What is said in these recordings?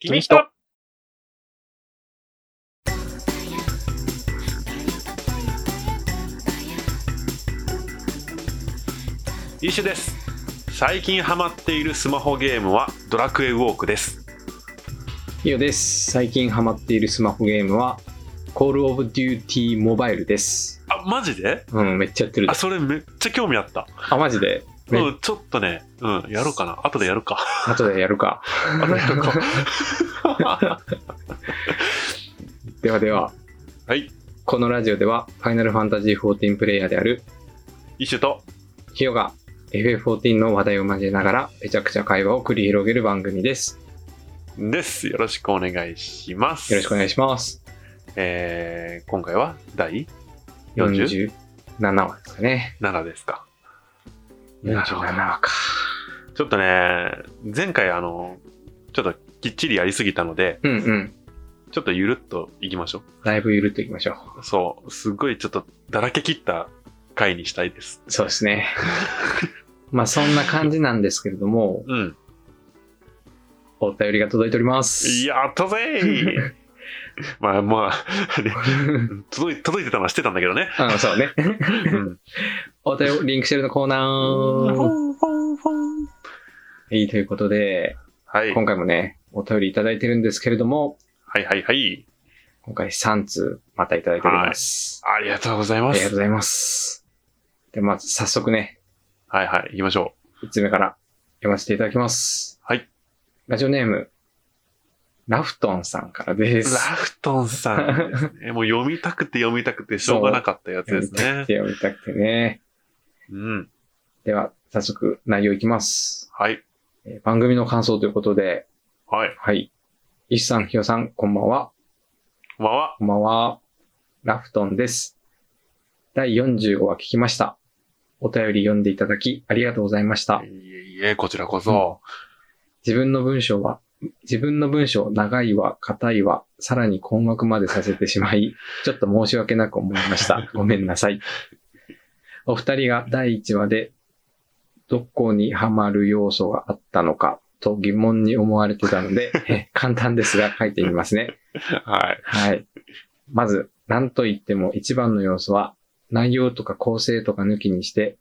君と。一種です。最近ハマっているスマホゲームはドラクエウォークです。いよです。最近ハマっているスマホゲームは、Call of Duty Mobile です。あ、マジでうん、めっちゃやってるあ、。それめっちゃ興味あった。あ、マジで。ねうん、ちょっとね、うん、やろうかな。後でやるか。後でやるか。後でやるか。 ではでは、はい。このラジオでは、ファイナルファンタジー14プレイヤーである一種と、ヒヨが FF14 の話題を交えながら、めちゃくちゃ会話を繰り広げる番組です。です。よろしくお願いします。よろしくお願いします。えー、今回は第47 47話ですかね。ですか。なる47ほど話か。ちょっとね、前回あの、ちょっときっちりやりすぎたので、うんうん。ちょっとゆるっといきましょだいぶゆるっといきましょう。そう、すっごいちょっとだらけ切った回にしたいです。う。そうで すね。まあそんな感じなんですけれども、うん。お便りが届いております。やったぜ ーまあまあ、ね届い、届いてたのはしてたんだけど ね。うん、そうね。うん。お便りリンクシェルのコーナー。はい、ということで、はい。今回もね、お便りいただいてるんですけれども、はいはいはい。今回3通またいただいております。ありがとうございあまりがとうす。ございます。で、まず早速ね、はいはい、行きましょう。 1つ目から読ませていただきます。はい。ラジオネーム、ラフトンさんからでラす。フトンさん ですね。もう読みたくて読みたくてしょうがなかったやつです読みたね。くて読みたくてね。うん。では、早速内容いきます。はい。えー番組の感想ということで、はい。はい。石さん、ひよさん、こんばんは。こんばんは。こんばんは。ラフトンです。第45話聞きました。お便り読んでいただきありがとうございました。いえいえ、こちらこそ。自分の文章は、自分の文章、長いわ、硬いわ、さらに困惑までさせてしまい、ちょっと申し訳なく思いました。ごめんなさい。お二人が第1話で、どこにハマる要素があったのか、と疑問に思われてたので、え簡単ですが書いてみますね。はい。はい。まず、なんといっても一番の要素は、内容とか構成とか抜きにして、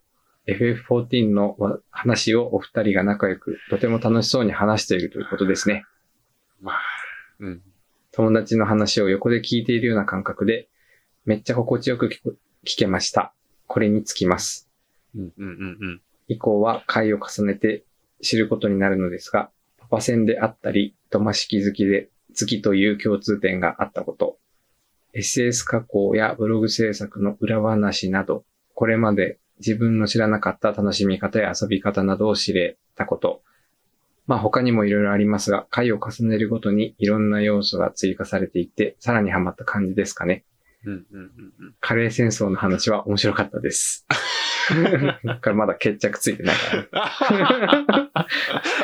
FF14 のわ話をお二人が仲良く、とても楽しそうに話しているということですね。まあ、うん。友達の話を横で聞いているような感覚で、めっちゃ心地よく聞こ聞けました。これにつきます。うんうんうん以降は回を重ねて知ることになるのですが、パパ戦であったり、ドマ式好きで、好きという共通点があったこと、SS 加工やブログ制作の裏話など、これまで自分の知らなかった楽しみ方や遊び方などを知れたこと、まあ他にもいろいろありますが、回を重ねるごとにいろんな要素が追加されていって、さらにハマった感じですかね。うん。うんうんうんうん。カレー戦争の話は面白かったです。これまだ決着ついてないからね。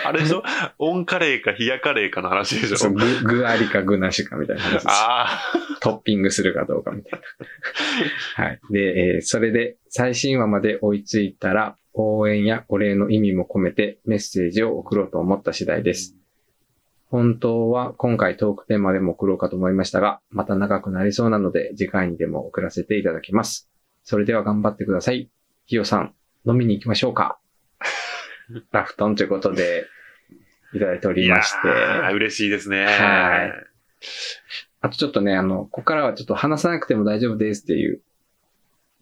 あれでしょオンカレーか冷やカレーかの話でしそうょ具具ありか具なしかみたいな話ですあトッピングするかどうかみたい な。はい。で、えーそれで最新話まで追いついたら、応援やお礼の意味も込めてメッセージを送ろうと思った次あ。第です。。本当は今回トークテーマでも送ろうかと思いましたが、また長くなりそうなので、次回にでも送らせていただきます。それでは頑張ってください。ひよさん、飲みに行きましょう か。ラフトンということで、いただいておいりやまして。ー、嬉しいですね。はいあとちょっとね、あの、ここからはちょっと話さなくても大丈夫ですっていう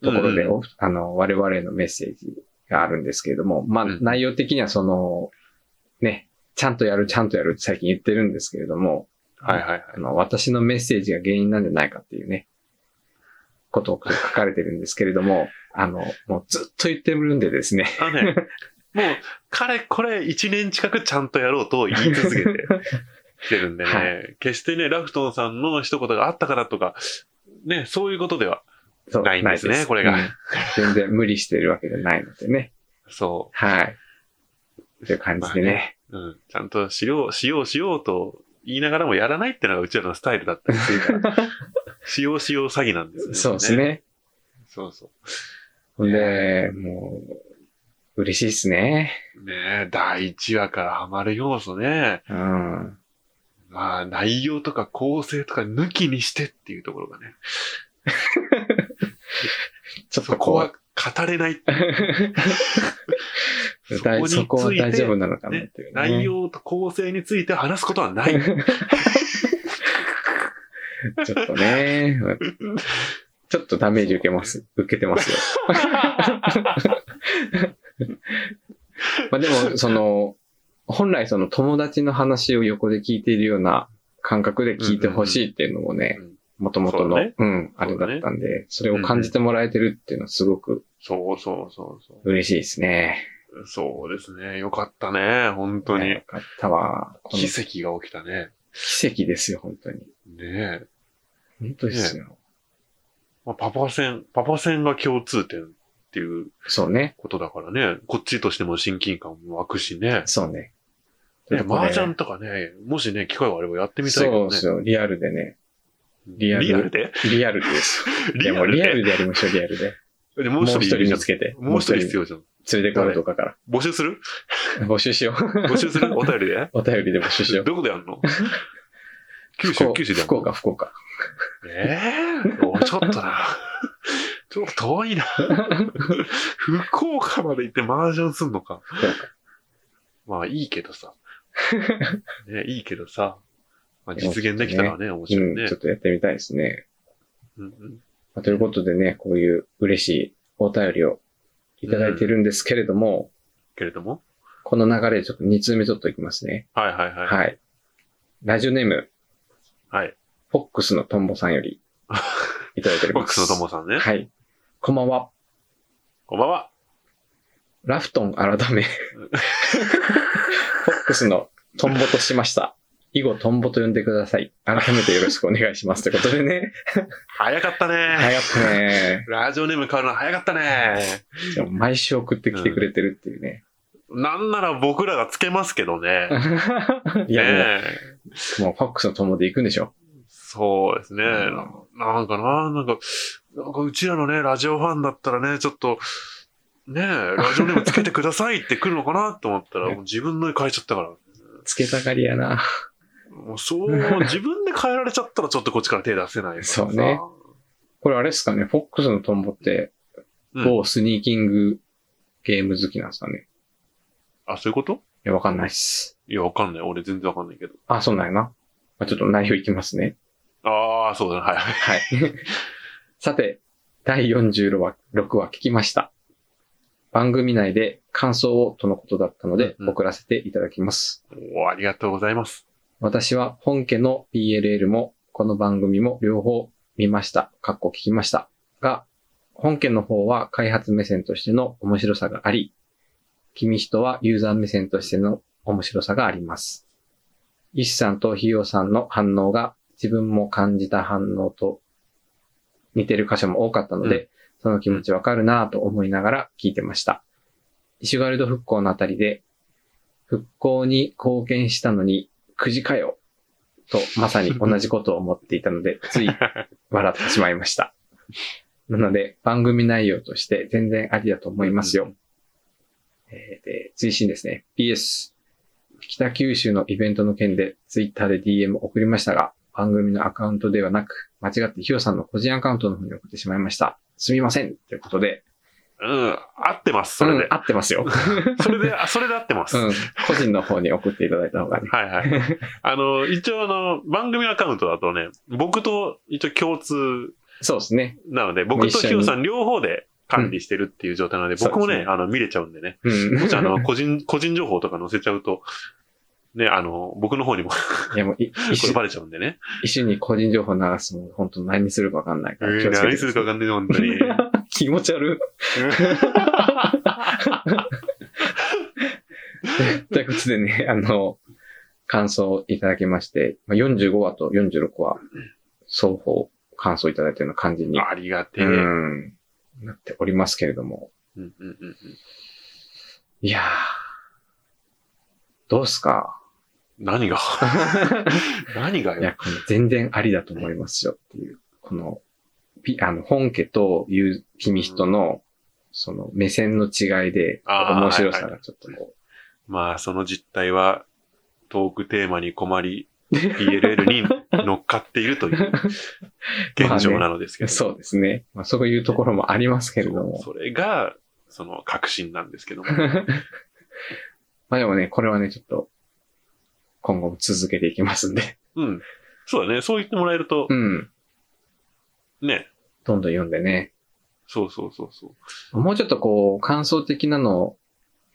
ところで、うんおあの、我々へのメッセージがあるんですけれども、まあ、うん内容的にはその、ね、ちゃんとやる、ちゃんとやるって最近言ってるんですけれども、はいはいはい。あの、私のメッセージが原因なんじゃないかっていうね、ことを書かれてるんですけれども、あの、もうずっと言ってるんでですね、あのね、もう、彼これ1年近くちゃんとやろうと言い続けてきてるんでね、は決してね、ラフトンさんの一言があったからとか、ね、そういうことでは。 そうないんですねこれがうん全然無理してるわけじゃないのでね、そはい。という感じでまあねう。うん。ちゃんとしよう、しよう、しようと言いながらもやらないってのがうちらのスタイルだったりするから、 しようしよう詐欺なんですよね。そうです。ね。そうそほんで、もう、嬉しいですね。う。ねえ第1話からハマる要素ね。うん。まあ、内容とか構成とか抜きにしてっていうところがね、ちょっそとこ怖。はい語れない。そこだいにつそこはい大丈て、夫なのかなっていう、ね。内容と構成について話すことはない。ちょっとね、 ちょっとダメージ受けます。受け てますよ。まあでも、その、本来その友達の話を横で聞いているような感覚で聞いてほしいっていうのもね、うんもともとそうの、だねうん、あれだったんで、それを感じてもらえてるっていうのはすごくそうそうそうそ嬉しいですね。う。そうですね。よかったね。本当いやによ。かったわ。この奇跡が起きたね。奇跡ですよ、本当に。ねえ。本当ですよ。まあ、パパ戦、パパ戦が共通点っていうそうね。ことだからね。こっちとしても親近感も湧くしね。そうね。ね、これ麻雀とかね、もしね、機会があればやってみたいけそどうね。そう、リアルでね。リアルリアルでリア ルです。いリや、もアうルリアでルでやりましょう、リアルで。でももうう一一人人いるじ見ゃつけて。ん。もう一人必連要じゃん。れてこるとかか募集するら。募集しよう。 募集するお便りでお便り で募集しよう。どこでやん の九州、九州でやん福の岡、福岡。ええ俺ちょっとな。 ちょっと遠いな。 福岡まで行って麻雀すんのか。福岡まあいいけど さ。ね、いいけどさ。まあ、実現できたらね、面白いねうん、ちょ。っとやってみたいですね。うんうんまあということでね、こういう嬉しいお便りをいただいてるんですけれども、けれども。この流れでちょっと2通目ちょっといきますね。はいはいはい。はい。ラジオネーム、はい。フォックスのトンボさんより、いただいておりボ ッまクす。スのともさんね。はい。こんばんは。こんばんは。ラフトン改 め。フォックスのトンボとしました。以後トンボと呼んでください。改めてよろしくお願いします。ということ でね。早かったね。早くね。ラジオネーム変わるの早かったね。でも毎週送ってきてくれてるっていうね。なんなら僕らがつけますけどね。いや、もねえう、もうフォックスのトンボで行くんでしょ。そうですね。うんななんかな、なんか、なんかうちらのね、ラジオファンだったらね、ちょっと、ねえ、ラジオネームつけてくださいって来るのかなと思ったら、 ねもう自分の変えちゃったから。つけたがりやな。もう そう、自分で変えられちゃったらちょっとこっちから手出せないからさそうね。これあれですかね、フォックスのトンボって、うん某スニーキングゲーム好きなんですかね。あ、そういうこといや、わかんないっす。いや、わかんない。俺全然わかんないけど。あ、そうなんやな。まあ、ちょっと内容いきますね。ああ、そうだね。はい。はい。 さて、第46話6話聞きました。番組内で感想をとのことだったのでうんうん送らせていただきます。おーありがとうございます。私は本家の PLL もこの番組も両方見ました。かっこ聞きました。が、本家の方は開発目線としての面白さがあり、君人はユーザー目線としての面白さがあります。石さんとひよさんの反応が自分も感じた反応と似てる箇所も多かったので、その気持ちわかるなぁと思いながら聞いてました。イシュガルド復興のあたりで、復興に貢献したのに、くじかよとまさに同じことを思っていたの で、つい笑ってしまいました。なので、番組内容として全然ありだと思いますよ。えーで、追伸ですね。PS、北九州のイベントの件で、ツイッターで DM を送りましたが、番組のアカウントではなく、間違ってヒヨさんの個人アカウントの方に送ってしまいました。すみませんということで、うん、合ってます、それでうん、。合ってま すよ。それで、あそれで合ってます。うん。個人の方に送っていただいた方がね。はいはい。あの、一応あの、番組アカウントだとね、僕と一応共通そうですね。なので、僕一緒とにヒヨさん両方で管理してるっていう状態なので、うん僕もそうねで、すあの、見れちゃうんでね。うん。もしあの、個人、個人情報とか載せちゃうと、ね、あの、僕の方にも こいやもうい、一れ緒バレちゃうんでね。一緒に個人情報流すの、本当何するかわかんないえから気ーをつけ何てするかください。わかんないの、本当に。気持ち 悪い。ということでね、あの、感想をいただきまして、まあ45話と46話、双方感想いただいたような感じに、 ありがてえ。ううんん、なっておりますけれども。うんうんうんいやー、どうすか何 が何がいや、よ。この全然ありだと思いますよっていう、この、ピあの、本家という君人の、その目線の違いで、あー面白さがちょっとこまあ、その実態は、トークテーマに困り、 ELL に乗っかっていると いう現状なのですけど。そうですね。まあ、そういうところもありますけれども。それが、その、確信なんですけども。 まあでもね、これはね、ちょっと、今後も続けていきますんで。うん。そうだね。そう言ってもらえるとう、ん。ね。どんどん読んでね。そうそうそうそう。もうちょっとこう、感想的なのを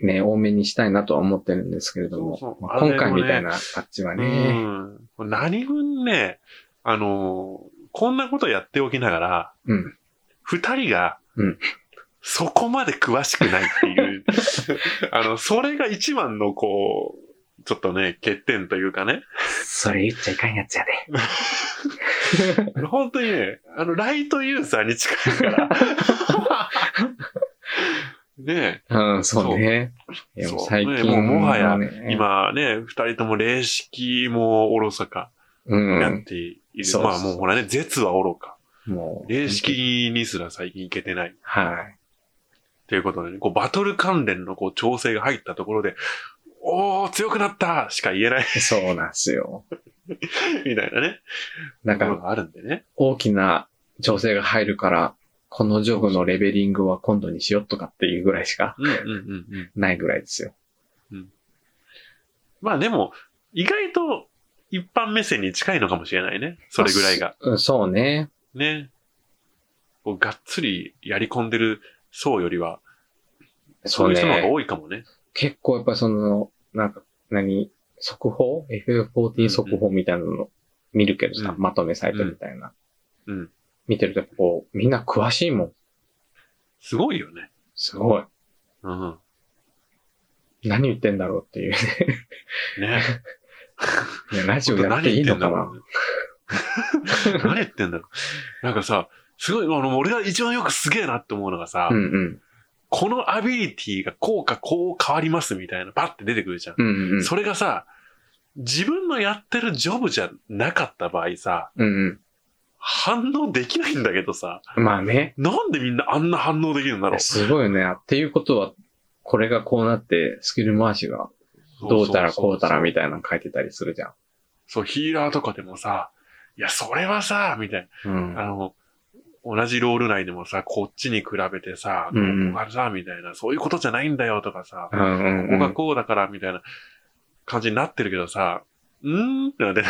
ね、多めにしたいなとは思ってるんですけれども、そうそうまああれも今ね回みたいなパッチはね、うん。何分ね、あのーこんなことやっておきながら、うん。二人が、うんそこまで詳しくないって いう、あの、それが一番のこう、ちょっとね、欠点というかね、それ言っちゃいかんやつやで。本当にね、あの、ライトユーザーに近い から。ねうん、そうね。いやもうそう最近ねもうもはやねえ、、今ね、二人とも霊式もおろそかうやっん、ている。そうまあもうほらね、絶はおろか。もう。霊。式にすら最近いけてない。はい。ということでね、こうバトル関連のこう調整が入ったところで、おー、強くなったしか言えないそうなんですよ。みたいなね、なとんころか、があるんでね。大きな調整が入るから、このジョブのレベリングは今度にしようとかっていうぐらいしかうんうんうんうん。ないぐらいですよ。まあでも、意外と一般目線に近いのかもしれないね。それぐらいが。まあ。そうんそうね。ね。こうがっつりやり込んでる層よりは、そそうういね。う人の方が多いかもね。結構やっぱりその、なんか、何、速報 ?FF40 速報みたいなの見るけどさ、うんまとめサイトみたいな。うん。見てるとやっぱこう、みんな詳しいもん。すごいよね。すごい。うん。何言ってんだろうっていうね。ね。いやラジ オ本当やっていいのかな何言ってんだろう。 なんかさ、すごい、あの、俺が一番よくすげえなって思うのがさ、うんうん。このアビリティがこうかこう変わりますみたいな、パッて出てくるじゃん。うんうん。それがさ、自分のやってるジョブじゃなかった場合さ、うん反応できないんだけどさ、うん。まあね。なんでみんなあんな反応できるんだろう。すごいよね。っていうことは、これがこうなって、スキル回しがどうたらこうたらみたいな。たいなの書いてたりするじゃそう、ヒーラーとかでもさ、いや、それはさ、みたいん。うな。あん。の、同じロール内でもさ、こっちに比べてさ、こうんうんこがさ、みたいな、そういうことじゃないんだよとかさ、うんうんここうがん。こうだから、みたいな感じになってるけどさ、うーんってな って、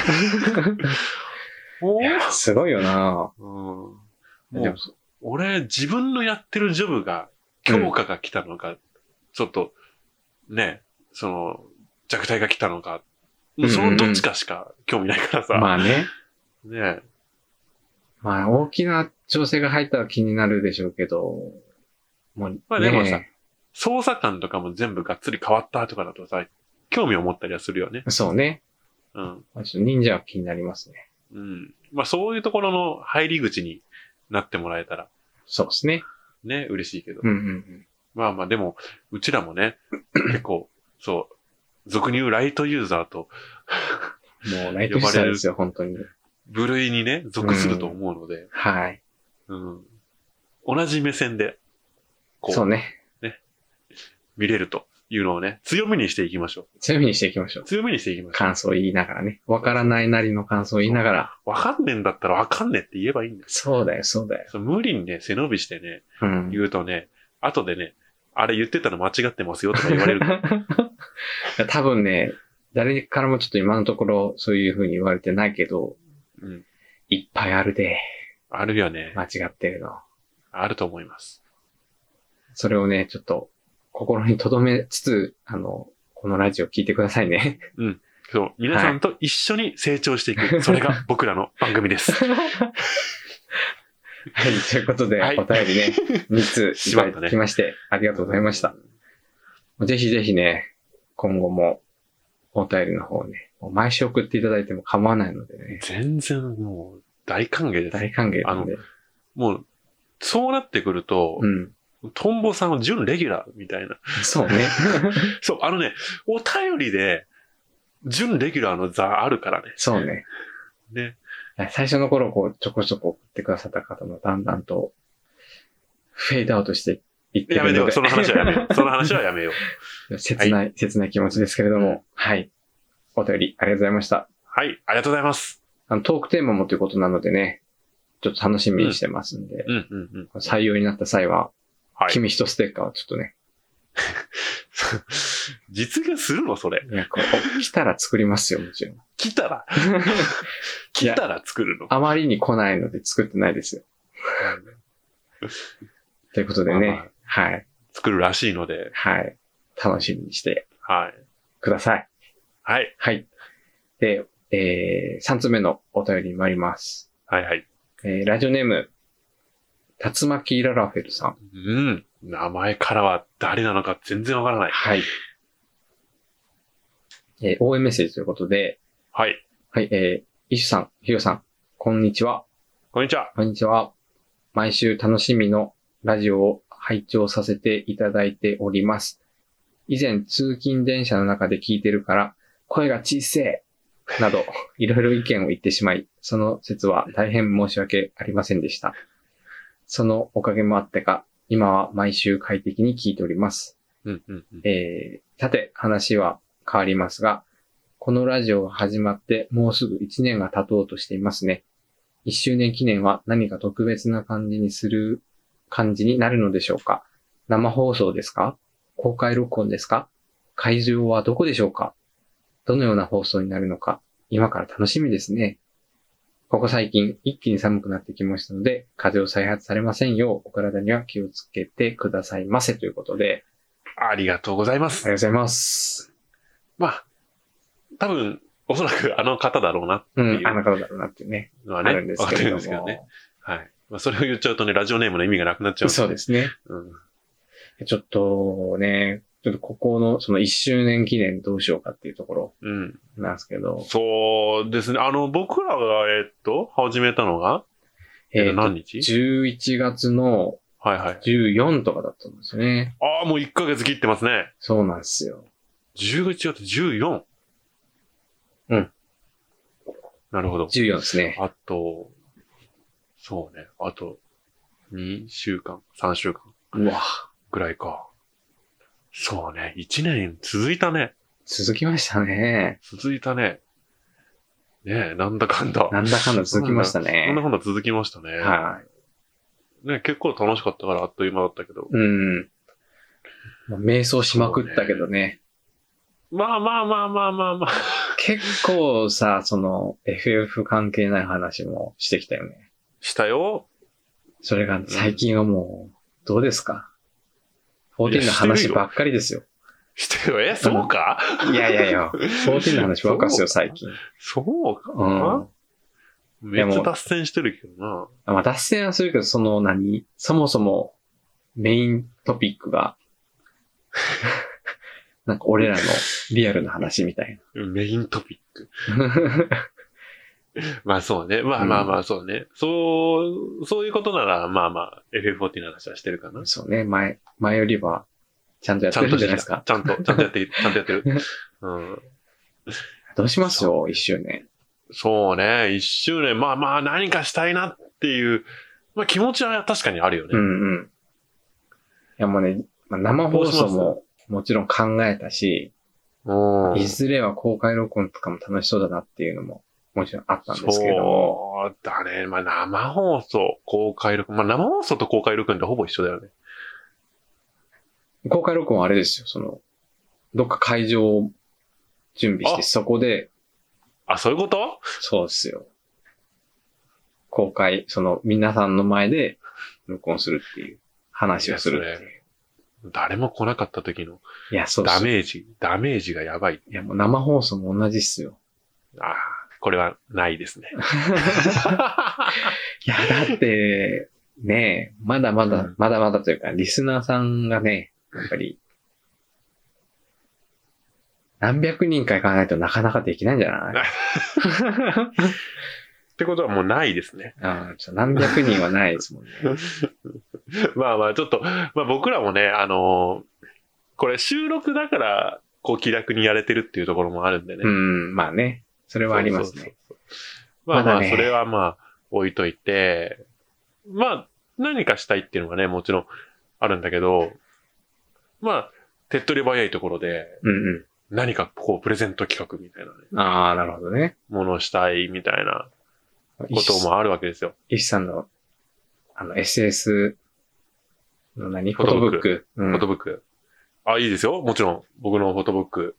おいーやすごいよなうん、もでもう、俺、自分のやってるジョブが、強化が来たのか、ちょっと、ね、その、弱体が来たのか、うんうんうんそのどっちかしか興味ないからさ、まあね。ね、まあ、大きな調整が入ったら気になるでしょうけど、もう、ね、まあでもさ操作感とかも全部がっつり変わったとかだとさ、興味を持ったりはするよね。そうね。うん。まあちょっと忍者は気になりますね。うん。まあそういうところの入り口になってもらえたら、そうですね。ね、嬉しいけど。うんうんうん。まあまあでも、うちらもね、 結構、そう、俗に言うライトユーザーと、もう、ライトしたんですよ、本当に。部類にね、属すると思うので、はい。うん。同じ目線で、こそうう、ね。見れるというのをね、強みにしていきましょ強みにしていきましょう。。う強みにしていきましょ感想を言いながらね。わからないなりの感想を言いながら。う。わかんねえんだったらわかんねえって言えばいいんだよ。そうだよ、そうだよ。そう無理にね、背伸びしてね、うん。言うとね、後でね、あれ言ってたの間違ってますよとか言われる から。多分ね、誰からもちょっと今のところそういう風に言われてないけど、うん。いっぱいあるで、あるよね。間違ってるの。あると思います。それをね、ちょっと心に留めつつ、あの、このラジオ聞いてくださいね。そう、皆さんと一緒に成長していく。それが僕らの番組 です。はい、 ということで、はいお便り ね、3ついしたまだったねきまして、ありがとうございました。。ぜひぜひね、今後もお便りの方ね、もう毎週送っていただいても構わないのでね、全然もう大歓迎です。大歓迎なんで。もう、そうなってくるとう、ん。トンボさんは準レギュラーみたいな。そうね。そう、あのね、お便りで、準レギュラーの座あるからね。そうね。ね。最初の頃、こう、ちょこちょこ送ってくださった方もだんだんと、フェードアウトしていってるやのめで。てよ、その 話はやめよう。その話はやめよう。切ない、切ない気持ちですけれども、はい。お便りありがとうございました。はい、ありがとうございます。あの、トークテーマもということなのでね、ちょっと楽しみにしてますんで、うん、うん、うん。採用になった際は、はい。君一ステッカーをちょっとね、 実現するのそれ。いや、こう、来たら作りますよ、もちろん。来た ら、来たら作るの。あまりに来ないので作ってないですよ。ということでまあまねあ、はい、作るらしいので、はい、楽しみにしてはい。ください。はい。はい。で、えー、3つ目のお便りに参ります。はいはい。えー、ラジオネーム、竜巻ララフェルさん。うん。名前からは誰なのか全然わからない。はい。えー、応援メッセージということで、はい。はい、えー、イシュさん、ヒロさん、こんにちは。こんにちは。こんにちは。毎週楽しみのラジオを拝聴させていただいております。以前、通勤電車の中で聞いてるから、声が小せえなど、 いろいろ意見を言ってしまい、その説は大変申し訳ありませんでした。そのおかげもあってか、今は毎週快適に聞いております。うんうんうん。えーさて、話は変わりますが、このラジオが始まってもうすぐ1年が経とうとしていますね。1周年記念は何か特別な感じにする感じになるのでしょうか生放送ですか公開録音ですか会場はどこでしょうかどのような放送になるのか、今から楽しみですね。ここ最近、一気に寒くなってきましたので、風邪を再発されませんよう、お体には気をつけてくださいませということで、ありがとうございまありがとす。うございます。まあ、多分、おそらくあ の方だろうなってういん、あのう方だろうなっていうね。のはあね、るんですわかっけてれるんども。ですけどね。はい。まあ、それを言っちゃうとね、ラジオネームの意味がなくなっちゃう。そうですね。うん。ちょっとね、ちょっとここのその1周年記念どうしようかっていうところうん。なんですけど、そうですね。あの、僕らが、えっと、始めたのが、えっとーと何日11月のはいはい。 14とかだったんですよね。ああ、もう1ヶ月切ってますね。そうなんですよ。 11月 14? うん。なるほど。 14ですね。あと、そうね。あと、2週間、3週間うわ、ぐらいか。そうね。1年続いたね。続きましたね。続いたね。ねえ、なんだかんだ。なんだかんだ続きましたなねんだ。かんだ続きましたね。はい。ね結構楽しかったからあっという間だったけど。うん。まあ瞑想しまくったけどね。まあまあまあまあまあまあ。結構さ、その FF 関係ない話もしてきたよね。したよ。それが最近はもう、どうですか ?14 のいやして話るよばっかり ですよ。したよ。え、そうかいやいやいや、14の話ばっかりですよ、最近。そうか。うん。めっちゃ脱線してるけどな。まあ、脱線はするけど、その何そもそもメイントピックが、 なんか俺らのリアルな話みたいメイントピック。な。まあそうね。まあまあまあそうね。そう、そういうことなら、まあまあ、FF40 の話はしてるかな。そうね、前、前よりは、ちゃんとやっちてゃんるとんじしゃなていですかた。。ちゃんと、ちゃん とやって、ちゃんとやってる。うん。どうしますよ、一周年。そうね。一周年、まあまあ何かしたいなっていう、まあ気持ちは確かにあるよね。うんうん。いやもうね、まあ生放送どうしまももちろん考えたし、うん。いずれは公開録音とかも楽しそうだなっていうのも、もちろんあったんですけども、そうだね。まあ生放送、公開録音。まあ生放送と公開録音ってほぼ一緒だよね。公開録音はあれですよ、その、どっか会場を準備して、あそこで、あ、そういうことそうですよ。公開、その、皆さんの前で録音するっていう話をするっていう。誰も来なかった時のいや、そうでダすよ。メージ、ダメージがやばい。いや、もう生放送も同じっすよ。ああ、これはないですね。いや、だって、ねえ、まだまだ、うんまだまだというか、リスナーさんがね、やっぱり、何百人か行かないとなかなかできないんじゃないってことはもうないですね。 うん、ちょっと何百人はないですもんね。まあまあ、ちょっと、まあ僕らもね、あのーこれ収録だから、こう気楽にやれてるっていうところもあるんでね。うん、まあね。それはありますね。そうそうそう。まあままあ、だねそれはまあ、置いといて、まあ、何かしたいっていうのはね、もちろんあるんだけど、まあ、手っ取り早いところで、うんうん。何かこう、プレゼント企画みたいなね、ああ、なるほどね。ものをしたいみたいなこともあるわけですよ。イシさんの、あの、SS の何フフォトォトブブッック。うフォトん。ブック。あ、いいですよ。もちろん、僕のフォトブック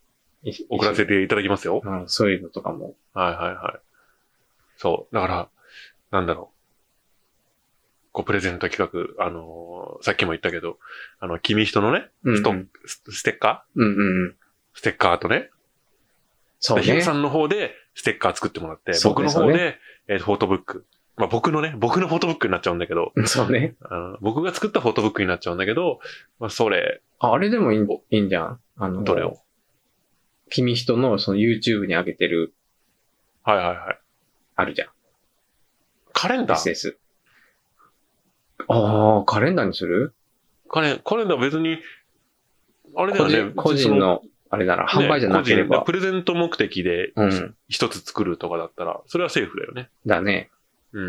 送らせていただきますよ。うん、そういうのとかも。はいはいはい。そう。だから、なんだろう。こう、プレゼント企画、あのーさっきも言ったけど、あの、君人のね、うん、ストうッんクスステッカうんうん。ーステッカーとね。そうヒロねさ。んの方でステッカー作ってもらって、そう僕ねの方そうで、えーフォトブック。まあ、僕のね、僕のフォトブックになっちゃうんだけど、 そうね。あの僕が作ったフォトブックになっちゃうんだけど、まあ、それ、ああれでもいいんいいんじゃん。あの、どれを君人のその YouTube に上げてる、はいはいはい。あるじゃん。カレンダー SS。ああ、カレンダーにするカレン、カレンダー別に、あれだ個よ人ね。個人の、あれなら、その、販売じゃなけねれ個人だばプ。レゼント目的でうん。一つ作るとかだったら、それはセーフだよね。だね。うん。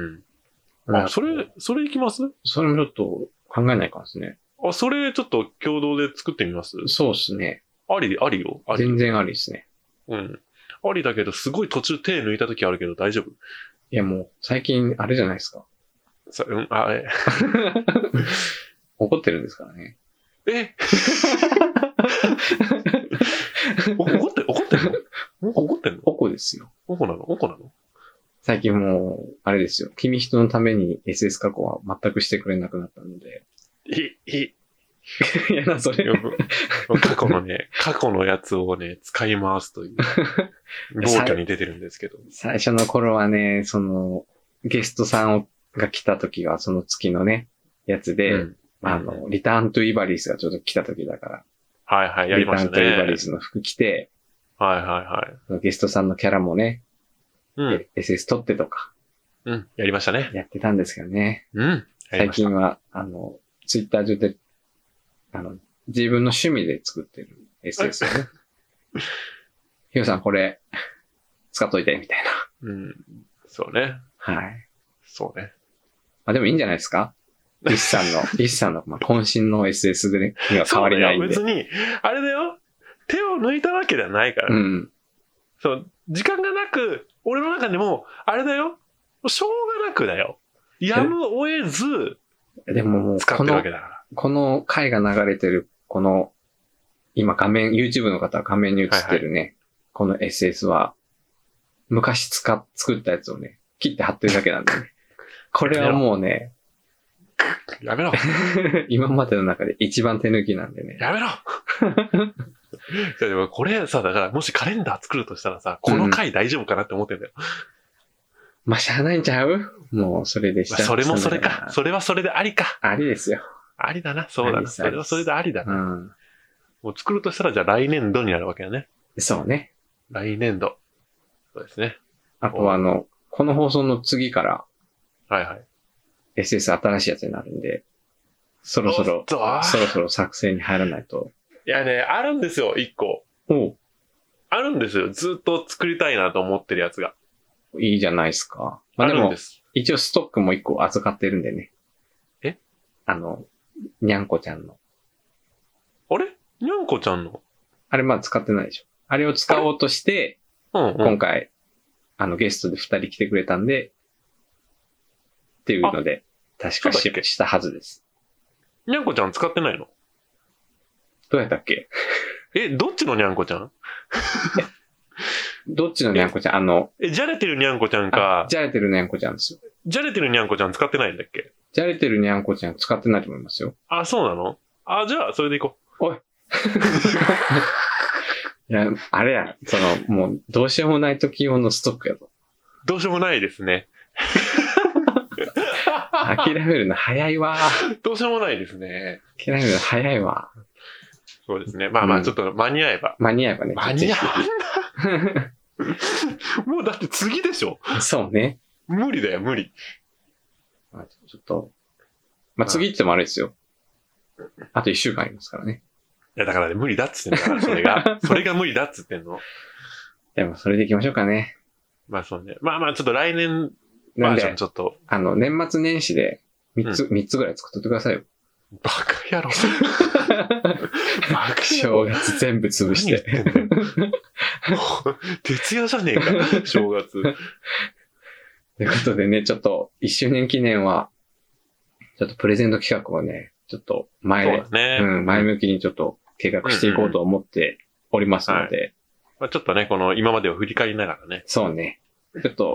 うあ、んそれ、それいきますそれもちょっと考えないかもですね。あ、それちょっと共同で作ってみますそうっすね。あり、ありよ。あり。全然ありですね。うん。ありだけど、すごい途中手抜いた時あるけど大丈夫いやもう、最近、あれじゃないで すか。さ、うん、あ、え、怒ってるんですからね。えお怒って、怒ってんの怒ってんのおこですよ。おこなのおこなの最近もう、あれですよ。君人のために SS 加工は全くしてくれなくなった ので。い、い、いやな、それよ。く過去のね、過去のやつをね、使い回すと いう、暴挙に出てるんですけど。最初の頃はね、その、ゲストさんが来た時は、その月のね、やつで、うんあの、リターントゥイバリスがちょっと来た時だから、はいはい、やりリタまーしンたトゥイバねリ。スの服着て、はいはいはい。ゲストさんのキャラもね、うん、 SS 取ってとかうん、やりましたね。やってたんですけどね。うん、やり最ました近。は、あの、ツイッター上で、あの、自分の趣味で作ってる SS をね。ヒロさんこれ、使っといて、みたいな。うん、そうね。はい。そうね。まあでもいいんじゃないですかリスさ んの、リスさんの、まあ、渾身の SS でね、には変わりないん で。そうだよ別に、あれだよ。手を抜いたわけではないから。うん。そう、時間がなく、俺の中でも、あれだよ。しょうがなくだよ。やむを得ず、でももう、使ってこるのわけだから。この回が流れてる、この、今画面、YouTube の方は画面に映ってるね、この SS は、昔使っ、作ったやつをね、切って貼ってるだけなん だよね。これはもうね、やめろ。 今までの中で一番手抜きなんでね。やめろいやでもこれさ、だから、もしカレンダー作るとしたらさ、この回大丈夫かなって思ってんだよ。まあ、しゃあないんちゃうもう、それでしまあた。それもそれか。それはそれでありか。ありですよ。ありだな。そうだありな。ですそれはそれでありだうな。ん。もう作るとしたら、じゃあ来年度になるわけだね。そうね。来年度。そうですね。あとは、あの、この放送の次からはいはい。 SS 新しいやつになるんで、そろそおっろ、とあーそろそろ作成に入らないと。いやね、あるんですよ、一個。おうあるんですよ。ずっと作りたいなと思ってるやつが。いいじゃないですか。まああでるんもで、す。一応ストックも一個預かってるんでね。えあの、にゃんこちゃんの。あれにゃんこちゃんのあれまだ使ってないでしょ。あれを使おうとして、うんうん今。回、あの、ゲストで二人来てくれたんで、っていうので、確そかうだしっけしたはずです。にゃんこちゃん使ってないのどうやったっけえ、どっちのにゃんこちゃんどっちのにゃんこちゃんあの、え、じゃれてるにゃんこちゃんあか、じゃれてるにゃんこちゃんですよ。じゃれてるにゃんこちゃん使ってないんだっけじゃれてるにゃんこちゃん使ってないと思いますよ。あ、そうなのあ、じゃあ、それでいこいや、あれや、その、もう、どうしようもない時用のストックや ぞ。う。どうしようもないですね。諦めるの早いわ。どうしようもないですね。諦めるの早いわ。そうですね。まあまうあ、んちょっと間に合えば。間に合えばね。間に合ぜう もうだって次でしょひぜひそうね。無理だよ、無理。まあちょっと。まあ、次行ってもあれですよ。あと一週間ありますからね。いや、だからね、無理だっつってんだから、それが。 それが無理だっつってんの。でも、それで行きましょうかね。まあそうね。まあまあ、ちょっと来年なバんージョンで、ちょっと、あ の、年末年始で、三つ、三、つぐらい作っといてくださいよ。バカ野郎。爆正月全部潰し。何言っててんの徹夜じゃねえか、正月。ということでね、ちょっと、一周年記念は、ちょっとプレゼント企画をね、ちょっと前、そうだね。うん、前向きにちょっと計画していこうと思っておりますので、まあ、ちょっとね、この今までを振り返りながらね。そうね。ちょっと、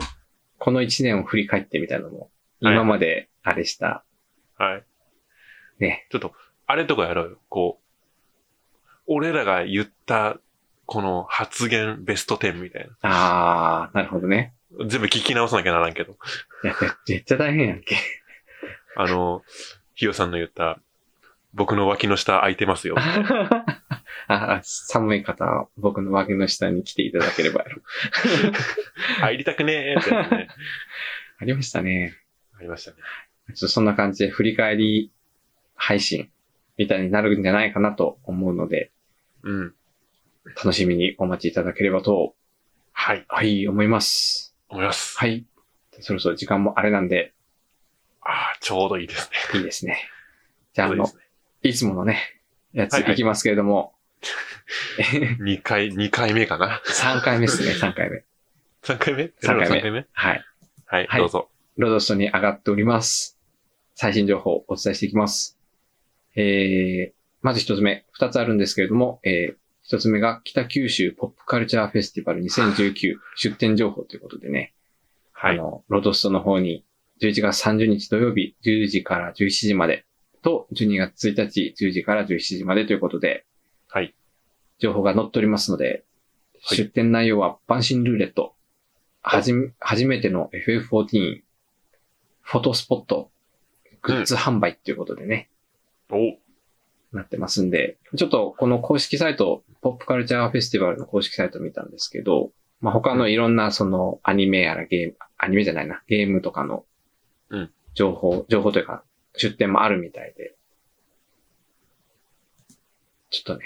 この一年を振り返ってみたのも、はい今まであれした、はい。ね。ちょっと、あれとかやろうよ。こう、俺らが言った、この発言ベスト10みたいあー、なるほどね。な。全部聞き直さなきゃならんけど。いや、めめっちゃ大変やんけ。 あの、ひよさんの言った、僕の脇の下空いてますよ。あ寒い方は僕の脇の下に来ていただければやろ。入りたくねえってやつ ね。ありましたね。ありましたね。ちょっとそんな感じで振り返り配信みたいになるんじゃないかなと思うので、うん。楽しみにお待ちいただければと、はい。はい、思います。思います。はい。そろそろ時間もあれなんで、ああ、ちょうどいいですね。いいですね。じちゃあ、ょあうどいいでのす、ね。いつものね、やつはいはいいきますけれども、 2回、二回目かな。 3回目ですね、3回目。 3回目三回目3回目はい。はい、はいどうぞ。ロードストに上がっております。最新情報をお伝えしていきます。えー、まず一つ目、二つあるんですけれども、えー、一つ目が北九州ポップカルチャーフェスティバル2019出展情報ということでね、はあい。の、ロードストの方に11月30日土曜日10時から17時までと12月1日10時から17時までということで、はい。情報が載っておりますので、はい出展内容は、万神ルーレット、はじめ、初めての FF14、フォトスポット、グッズ販売っていうことでね、おなってますんで、ちょっとこの公式サイト、ポップカルチャーフェスティバルの公式サイト見たんですけど、まあ、他のいろんなそのアニメやらゲーム、アニメじゃないな、ゲームとかのうん情報、情報というか出展もあるみたいで、ちょっとね、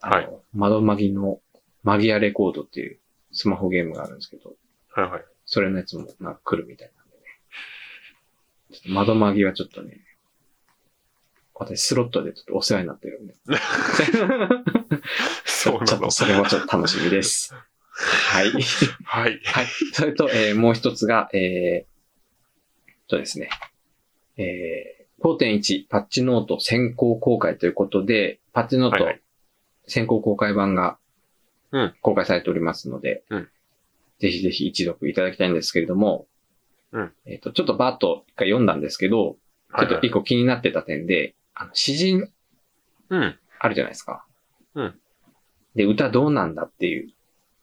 あの、はい窓マギのマギアレコードっていうスマホゲームがあるんですけど、はいはい。それのやつもなんか来るみたいなんでね。ちょっと窓間際ちょっとね、私スロットでちょっとお世話になってるんで。 そう ちなょっのと。それもちょっと楽しみです。はい。はい。はい。それと、えーもう一つが、えー、とですね、えー、5.1パッチノート先行公開ということで、パッチノーはいトはい先行公開版がうん公開されておりますので、うんぜひぜひ一読いただきたいんですけれども、うんえっ、と、ちょっとバーッと一回読んだんですけど、ちょっと一個気になってた点で、あの詩人うん。あるじゃないですか。うん。で、歌どうなんだっていう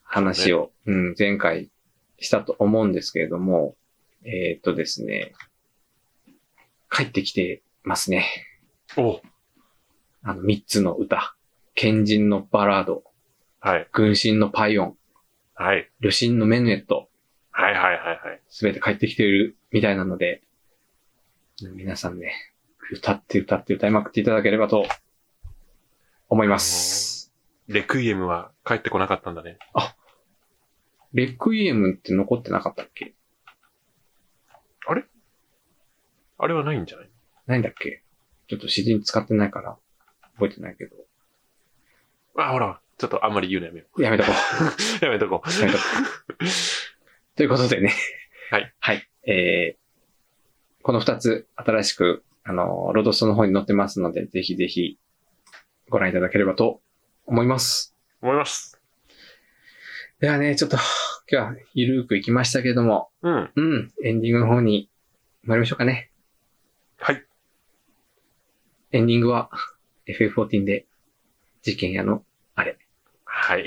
話を、うん、前回したと思うんですけれども、えーっとですね、帰ってきてますね。おあの、三つの歌。賢人のバラード、はい。軍神のパイオン、はい。旅神のメヌエット、はいはいはいはい。すべて帰ってきているみたいなので、皆さんね、歌って歌って歌いまくっていただければと思います。レクイエムは帰ってこなかったんだね。レクイエムって残ってなかったっけあれはないんじゃないないんだっけちょっと詩人使ってないから、覚えてないけど。あ、ほら。ちょっとあんまり言うのやめよやめとこう。やめとこ う。やめとこう。ということでね。はい。はい。えー、この二つ、新しく、あの、ロードストの方に載ってますので、ぜひぜひ、ご覧いただければと思います。う。思います。ではね、ちょっと、今日はゆるーく行きましたけれども、うん。うん、エンディングの方に参りましょうかね。はい。エンディングは、FF14 で、事件屋の、はい。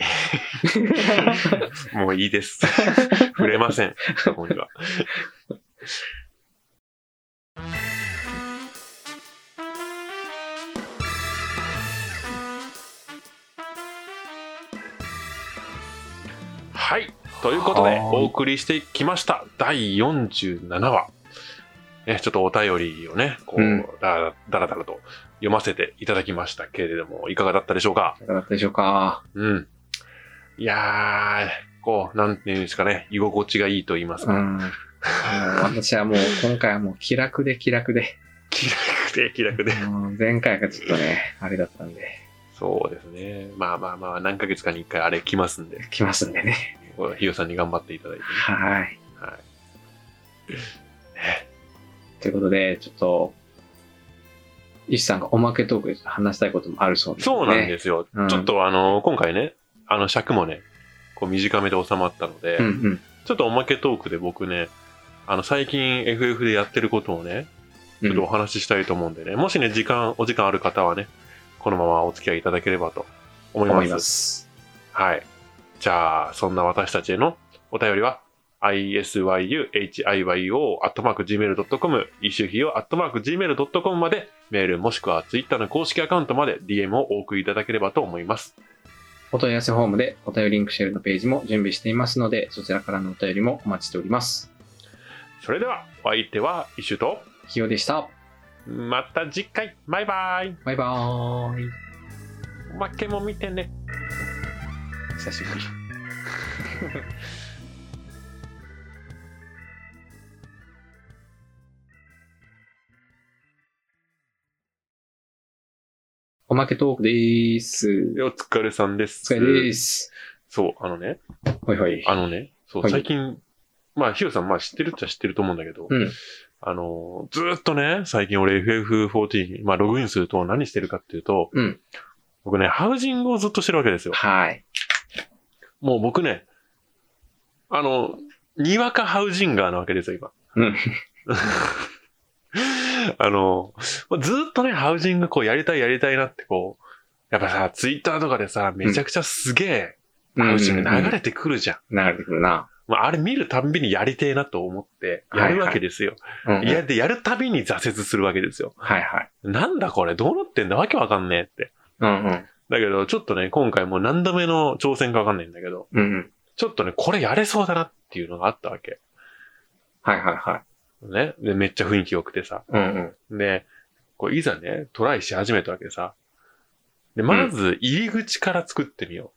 もういい です。触れません。そこには。はい。ということはでーい、お送りしてきました。第47話。ね、ちょっとお便りをね、こう、うんだらだらだらと読ませていただきましたけれども、いかがだったでしょうかいかがだったでしょうかうん。いやー、こう、なんていうんですかね、居心地がいいと言いますうか。ん。もう私はもう、今回はもう気楽で気楽で、 気楽て気楽で。うん前回がちょっとね、あれだったんで、そうですね。まあまあまあ、何ヶ月かに一回あれ来ますんで、来ますんでね。ひよさんに頑張っていただいてね。はい。はい。ということで、ちょっと、石さんがおまけトークで話したいこともあるそうですね。そうなんですよ。うんちょっとあの、今回ね、あの尺もね、こう短めで収まったので、うんうん。ちょっとおまけトークで僕ね、あの、最近 FF でやってることをね、ちょっとお話ししたいと思うんでね、もしね、時間、お時間ある方はね、このままお付き合いいただければと思い思まいす。ます。はい。じゃあ、そんな私たちへのお便りは、isyuhiyo.gmail.com、一周費用 .gmail.com まで、メールもしくは Twitter の公式アカウントまで DM をお送りいただければと思います。お問い合わせフォームでお便りリンクシェルのページも準備していますので、そちらからのお便りもお待ちしております。それでは、お相手は一周と、ひよでした。また次回、バイバイバイバーイ。おまけも見てね。久しぶ り。おまけトークでーす。お疲れさんです。お疲れでーす。そう、あのね、ほいほい。あのね、そう、はい最近、まあ、ヒロさん、まあ、知ってるっちゃ知ってると思うんだけど、うんあのー、ずーっとね、最近俺 FF14 に、まあ、ログインすると何してるかっていうと、うん僕ね、ハウジングをずっとしてるわけですよ。はい。もう僕ね、あの、にわかハウジンガーなわけですよ、今。うん。 あの、ずーっとね、ハウジングこう、やりたいやりたいなってこう、やっぱさ、ツイッターとかでさ、めちゃくちゃすげえ、ハウジング流うんうんうんれてくるじゃん。流れてくるな。まあ、あれ見るたんびにやりてえなと思って、はいやはいるわけですよ。うんうんいや、で、やるたびに挫折するわけですよ。はいはい。なんだこれどうなってんだわけわかんねえって。うんうん。だけど、ちょっとね、今回もう何度目の挑戦かわかんないんだけど、うんうん。ちょっとね、これやれそうだなっていうのがあったわけ。はいはいはい。ね。で、めっちゃ雰囲気良くてさ。うんうん。で、こういざね、トライし始めたわけさ。で、まず、入り口から作ってみよ。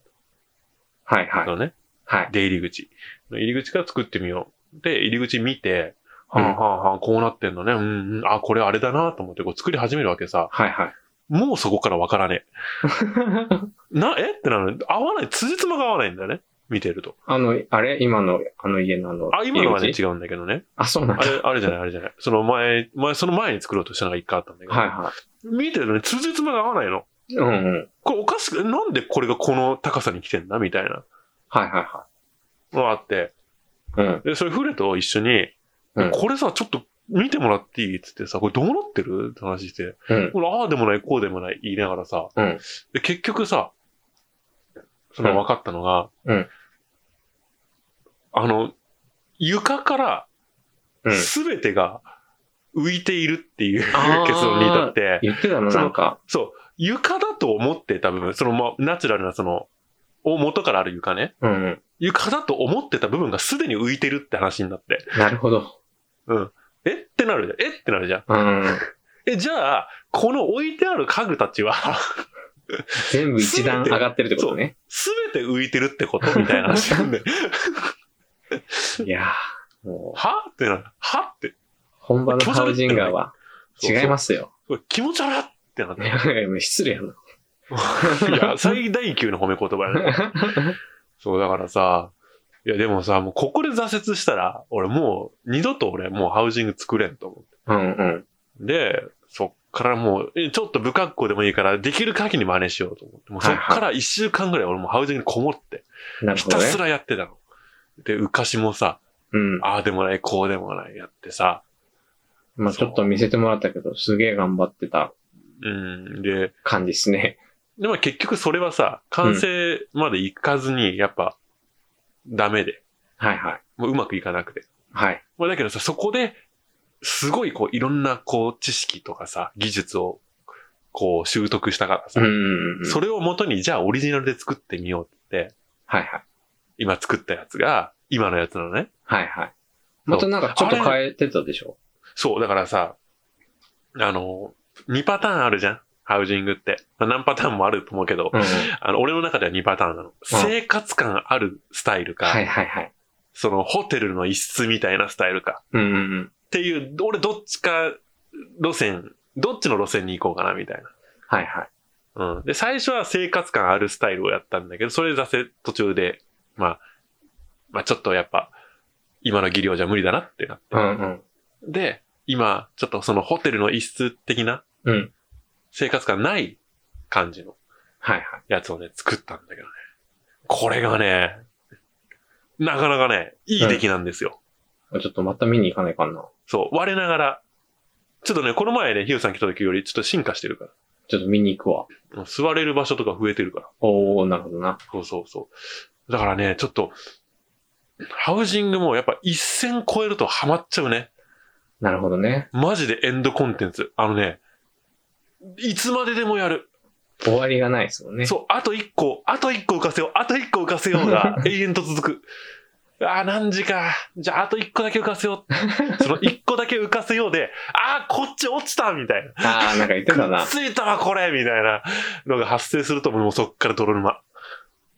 はいうはい。のね。はい。出入り口。入り口から作ってみよう。で、入り口見て、うはんあ、はあはあ、こうなってんのね。うん、うん、あ、これあれだなと思って、こう作り始めるわけさ。はいはい。もうそこからわからね え。な、えってなる。合わない。辻褄が合わないんだよね。見てると。あの、あれ今の、あの家のあの。あ、今のはね、入り口違うんだけどね。あ、そうなんあだ。れ、あれじゃない、あれじゃない。その前、前、その前に作ろうとしたのが一回あったんだけど。はいは見てるとね、辻褄が合わないの。い。うんうん。これおかしく、なんでこれがこの高さに来てんだみたいなはいはのがあって。いはい。うん。で、それフレと一緒に、うんこれさ、ちょっと見てもらっていいっつってさ、これどうなってるって話して。うん。俺、ああでもない、こうでもない言いながらさ、うんで結局さ、そのうん分かったのが、うんあの、床からうん。全てが浮いているっていう、あー結論に至って、言ってたのそのなんか。そう、床だと思ってた部分、その、ま、ナチュラルなその、お元からある床ね。うんうん。床だと思ってた部分がすでに浮いてるって話になって。なるほど。えってなるじゃん。えってなるじゃん。うんうん。え、じゃあ、この置いてある家具たちは、 全部一段上がってるってことね。すべて浮いてるってことみたいな話なん で、いやー、もう、はってな、はって、。本場のハウジンガーは違いますすよ。そう気持ち悪いってなっいて。やい やもう失礼やな。い や、最大級の褒め言葉やね。そう、だからさ、いや、でもさ、もうここで挫折したら、俺もう、二度と俺、もうハウジング作れんと思って。うんうん。で、そっからもう、えちょっと不格好でもいいから、できる限り真似しようと思って。もうそっから一週間ぐらい俺もうハウジングにこもって、なるひほどたねす。らやってたの。で、浮かしもさ、うん。ああでもない、こうでもない、やってさ、まあちょっと見せてもらったけど、すげえ頑張ってたうん。で、感じですね。でも結局それはさ、完成までいかずに、やっぱ、ダメで、はいはい。もううまくいかなくて。はい。まあだけどさ、そこで、すごいこう、いろんなこう、知識とかさ、技術を、こう、習得したからうさ、んうんうん。それを元に、じゃあオリジナルで作ってみようって、はいはい。今作ったやつが、今のやつなのね。はいはい。またなんかちょっと変えてたでしょそう、だからさ、あの、2パターンあるじゃんハウジングって。まあ、何パターンもあると思うけど、うんうん。あの、俺の中では2パターンなの。生活感あるスタイルか、はいはいはい。そのホテルの一室みたいなスタイルか。うんうんうん。っていう、俺どっちか路線どっちの路線に行こうかな、みたいはいはい。な。うん。で、最初は生活感あるスタイルをやったんだけど、それ挫折、途中で、まあ、まあちょっとやっぱ、今の技量じゃ無理だなってなって。うんうん。で、今、ちょっとそのホテルの一室的なうん。生活感ない感じのはいはい。やつをね、作ったんだけどね。これがね、なかなかね、いい出来なんですよ。あちょっとまた見に行かないかんな。そう、我ながら。ちょっとね、この前ね、ヒロさん来た時よりちょっと進化してるかちょっと見に行くわ。ら。座れる場所とか増えてるから。おー、なるほどな。そうそうそう。だからね、ちょっと、ハウジングもやっぱ一線超えるとハマっちゃうね。なるほどね。マジでエンドコンテンツ。あのね、いつまででもやる。終わりがないですもんね。そう、あと一個、あと一個浮かせよう、あと一個浮かせよう が永遠と続く。ああ、何時か。じゃあ、あと一個だけ浮かせよ う。その一個だけ浮かせようで、ああ、こっち落ちたみたいな。あー、なんか言ってたな。ついたわ、これみたいなのが発生すると、もうそっから泥沼。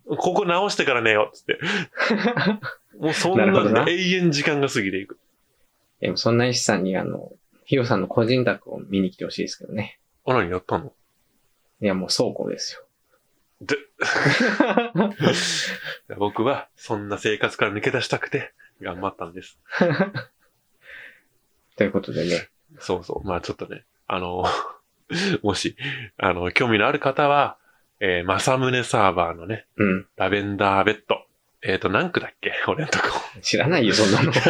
ここ直してから寝よう、 つって。もうそんななるほんどなで永遠時間が過ぎていく。でもそんな石さんに、あの、ヒロさんの個人宅を見に来てほしいですけどね。あ、何やったのいや、もう倉庫ですよ。で僕はそんな生活から抜け出したくて頑張ったんです。 ということでね。そうそう。まあちょっとね、あの、 もし、あの、興味のある方は、えー、正宗サーバーのね、うん。ラベンダーベッド。えっ、と、何区だっけ俺のとこ。 知らないよ、そんなの。ちょ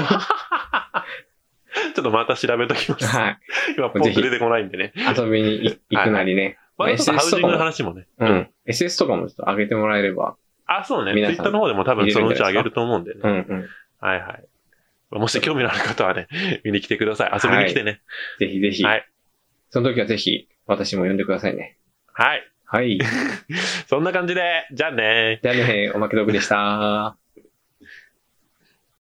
っとまた調べときます。はい。今、ポンと出てこないんでね。遊びにい行くなりね。まあ、ちょっとハウ SS ジとンかグもの話もね。うん。SS とかもちょっと上げてもらえれば。あ、そうね。ツイ皆ッさタんーの方でも多分そのうち上げると思うんでね。うんうん。はいはい。もし興味のある方はね、 見に来てください。遊びに来てね。ぜひぜひ。はいその時はぜひ、私も呼んでくださいね。はい。はい。そんな感じで、じゃあねー。じゃあね、おまけドクでした。